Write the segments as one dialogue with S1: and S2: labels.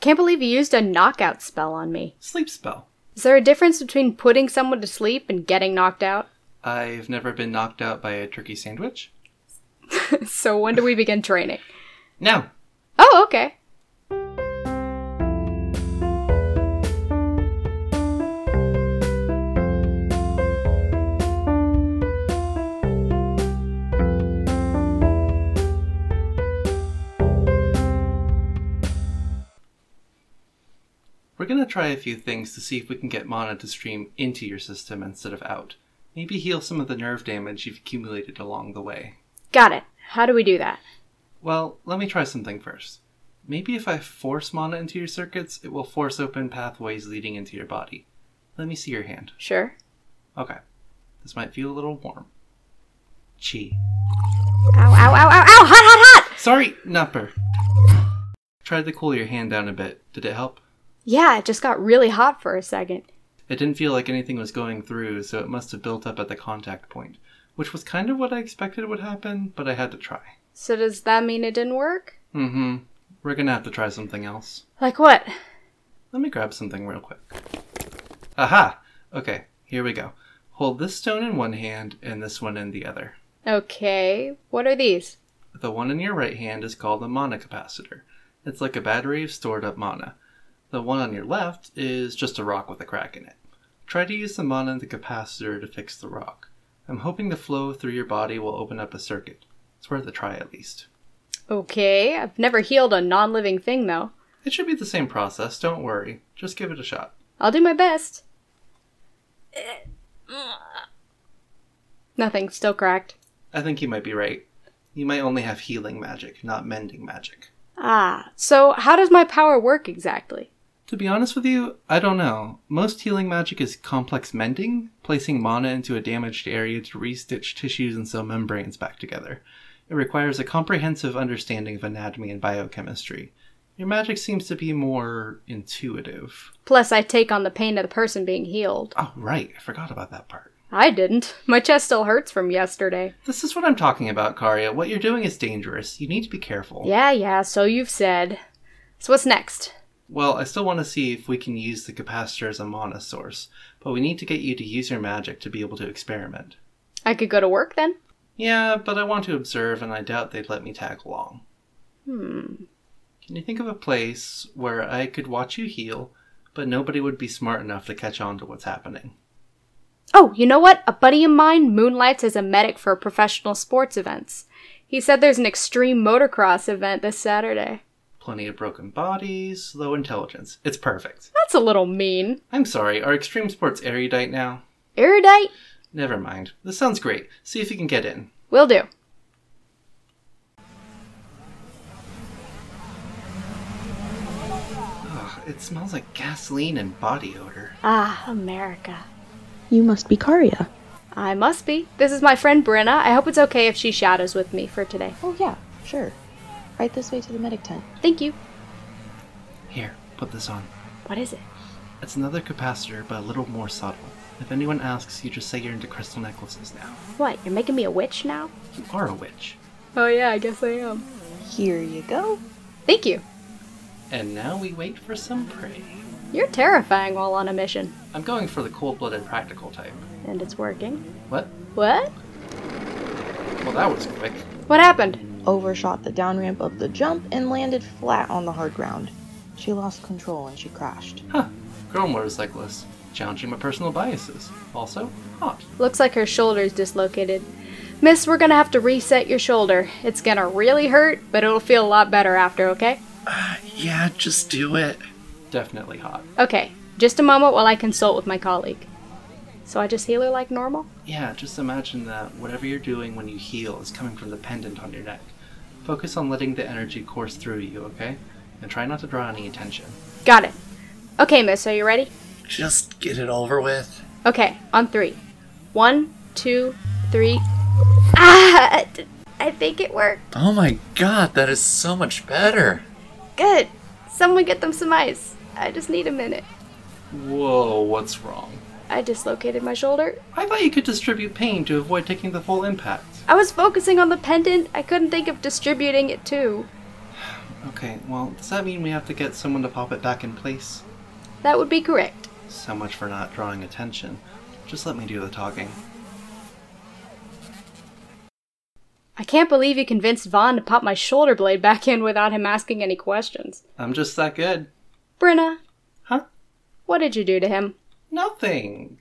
S1: Can't believe you used a knockout spell on me.
S2: Sleep spell.
S1: Is there a difference between putting someone to sleep and getting knocked out?
S2: I've never been knocked out by a turkey sandwich.
S1: so when do we begin training?
S2: Now,
S1: Oh, okay.
S2: we're gonna try a few things to see if we can get mana to stream into your system instead of out. Maybe heal some of the nerve damage you've accumulated along the way.
S1: Got it. How do we do that?
S2: Well, let me try something first. Maybe if I force mana into your circuits, it will force open pathways leading into your body. Let me see your hand.
S1: Sure.
S2: Okay. This might feel a little warm. Chi.
S1: Ow, ow, ow, ow, ow! Hot, hot, hot!
S2: Sorry, Nupper. Tried to cool your hand down a bit. Did it help?
S1: Yeah, it just got really hot for a second.
S2: It didn't feel like anything was going through, so it must have built up at the contact point, which was kind of what I expected would happen, but I had to try.
S1: So does that mean it didn't work?
S2: Mm hmm. We're gonna have to try something else.
S1: Like what?
S2: Let me grab something real quick. Aha! Okay, here we go. Hold this stone in one hand and this one in the other.
S1: Okay, what are these?
S2: The one in your right hand is called a mana capacitor. It's like a battery of stored up mana. The one on your left is just a rock with a crack in it. Try to use the mana in the capacitor to fix the rock. I'm hoping the flow through your body will open up a circuit. It's worth a try at least.
S1: Okay, I've never healed a non living thing though.
S2: It should be the same process, don't worry. Just give it a shot.
S1: I'll do my best. Nothing, still cracked.
S2: I think you might be right. You might only have healing magic, not mending magic.
S1: Ah, so how does my power work exactly?
S2: To be honest with you, I don't know. Most healing magic is complex mending, placing mana into a damaged area to restitch tissues and cell membranes back together. It requires a comprehensive understanding of anatomy and biochemistry. Your magic seems to be more intuitive.
S1: Plus, I take on the pain of the person being healed.
S2: Oh, right, I forgot about that part.
S1: I didn't. My chest still hurts from yesterday.
S2: This is what I'm talking about, Karya. What you're doing is dangerous. You need to be careful.
S1: Yeah, yeah, so you've said. So what's next?
S2: Well, I still want to see if we can use the capacitor as a mana source, but we need to get you to use your magic to be able to experiment.
S1: I could go to work then?
S2: Yeah, but I want to observe, and I doubt they'd let me tag along.
S1: Hmm.
S2: Can you think of a place where I could watch you heal, but nobody would be smart enough to catch on to what's happening?
S1: Oh, you know what? A buddy of mine moonlights as a medic for professional sports events. He said there's an extreme motocross event this Saturday.
S2: Plenty of broken bodies, low intelligence. It's perfect.
S1: That's a little mean.
S2: I'm sorry, are extreme sports erudite now?
S1: Erudite?
S2: Never mind. This sounds great. See if you can get in.
S1: Will do.
S2: Ugh, it smells like gasoline and body odor.
S1: Ah, America.
S3: You must be Karya.
S1: I must be. This is my friend Brenna. I hope it's okay if she shadows with me for today.
S3: Oh, yeah, sure. Right this way to the medic tent.
S1: Thank you.
S2: Here, put this on.
S1: What is it?
S2: It's another capacitor, but a little more subtle. If anyone asks, you just say you're into crystal necklaces now.
S1: What? You're making me a witch now?
S2: You are a witch.
S1: Oh, yeah, I guess I am.
S3: Here you go.
S1: Thank you.
S2: And now we wait for some prey.
S1: You're terrifying while on a mission.
S2: I'm going for the cold blooded practical type.
S1: And it's working.
S2: What?
S1: What?
S2: Well, that was quick.
S1: What happened?
S3: Overshot the down ramp of the jump and landed flat on the hard ground. She lost control and she crashed.
S2: Huh. Girl motorcyclist. Challenging my personal biases. Also, hot.
S1: Looks like her shoulder's dislocated. Miss, we're gonna have to reset your shoulder. It's gonna really hurt, but it'll feel a lot better after, okay?
S4: Uh,
S2: Yeah, just do it. Definitely hot.
S1: Okay, just a moment while I consult with my colleague. So I just heal her like normal?
S2: Yeah, just imagine that whatever you're doing when you heal is coming from the pendant on your neck. Focus on letting the energy course through you, okay? And try not to draw any attention.
S1: Got it. Okay, miss, are you ready?
S4: Just get it over with.
S1: Okay, on three. One, two, three. Ah! d- I think it worked.
S4: Oh my god, that is so much better.
S1: Good. Someone get them some ice. I just need a minute.
S2: Whoa, what's wrong?
S1: I dislocated my shoulder.
S2: I thought you could distribute pain to avoid taking the full impact.
S1: I was focusing on the pendant. I couldn't think of distributing it too.
S2: Okay, well, does that mean we have to get someone to pop it back in place?
S1: That would be correct.
S2: So much for not drawing attention. Just let me do the talking.
S1: I can't believe you convinced Vaughn to pop my shoulder blade back in without him asking any questions.
S2: I'm just that good.
S1: Brenna,
S2: Huh?
S1: what did you do to him?
S2: Nothing.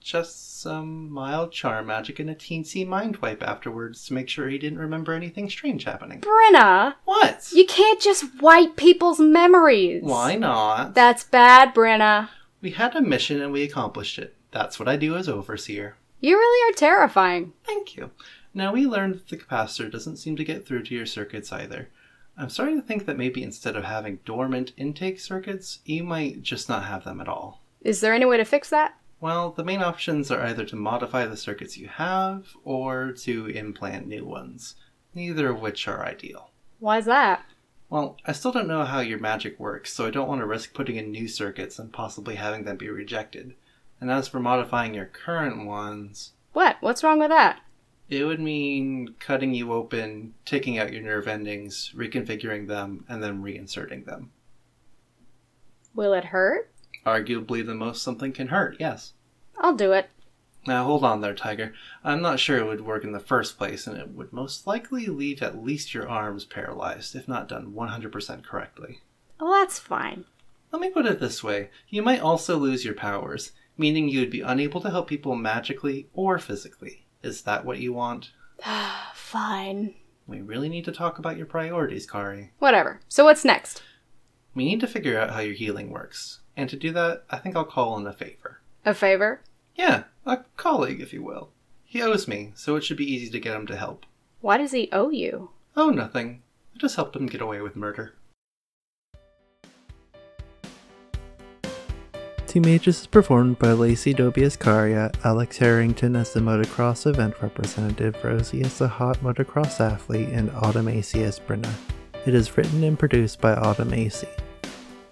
S2: Just some mild charm magic and a teensy mind wipe afterwards to make sure he didn't remember anything strange happening.
S1: Brenna,
S2: What?
S1: you can't just wipe people's memories.
S2: Why not?
S1: That's bad, Brenna.
S2: We had a mission and we accomplished it. That's what I do as overseer.
S1: You really are terrifying.
S2: Thank you. Now we learned that the capacitor doesn't seem to get through to your circuits either. I'm starting to think that maybe instead of having dormant intake circuits, you might just not have them at all.
S1: Is there any way to fix that?
S2: Well, the main options are either to modify the circuits you have or to implant new ones, neither of which are ideal.
S1: Why's that?
S2: Well, I still don't know how your magic works, so I don't want to risk putting in new circuits and possibly having them be rejected. And as for modifying your current ones,
S1: What? What's wrong with that?
S2: it would mean cutting you open, taking out your nerve endings, reconfiguring them, and then reinserting them.
S1: Will it hurt?
S2: Arguably the most something can hurt, yes.
S1: I'll do it.
S2: Now hold on there, Tiger. I'm not sure it would work in the first place, and it would most likely leave at least your arms paralyzed, if not done 100% correctly.
S1: Oh, that's fine.
S2: Let me put it this way you might also lose your powers, meaning you would be unable to help people magically or physically. Is that what you want?
S1: Fine.
S2: We really need to talk about your priorities, Kari.
S1: Whatever. So what's next?
S2: We need to figure out how your healing works, and to do that, I think I'll call in a favor.
S1: A favor?
S2: Yeah, a colleague, if you will. He owes me, so it should be easy to get him to help.
S1: Why does he owe you?
S2: Oh, nothing. I just helped him get away with murder. Team Aegis is performed by Lacey Dobias Caria, Alex Harrington as the motocross event representative, Rosie as the hot motocross athlete, and Autumn Acey as Brenna. It is written and produced by Autumn Acey.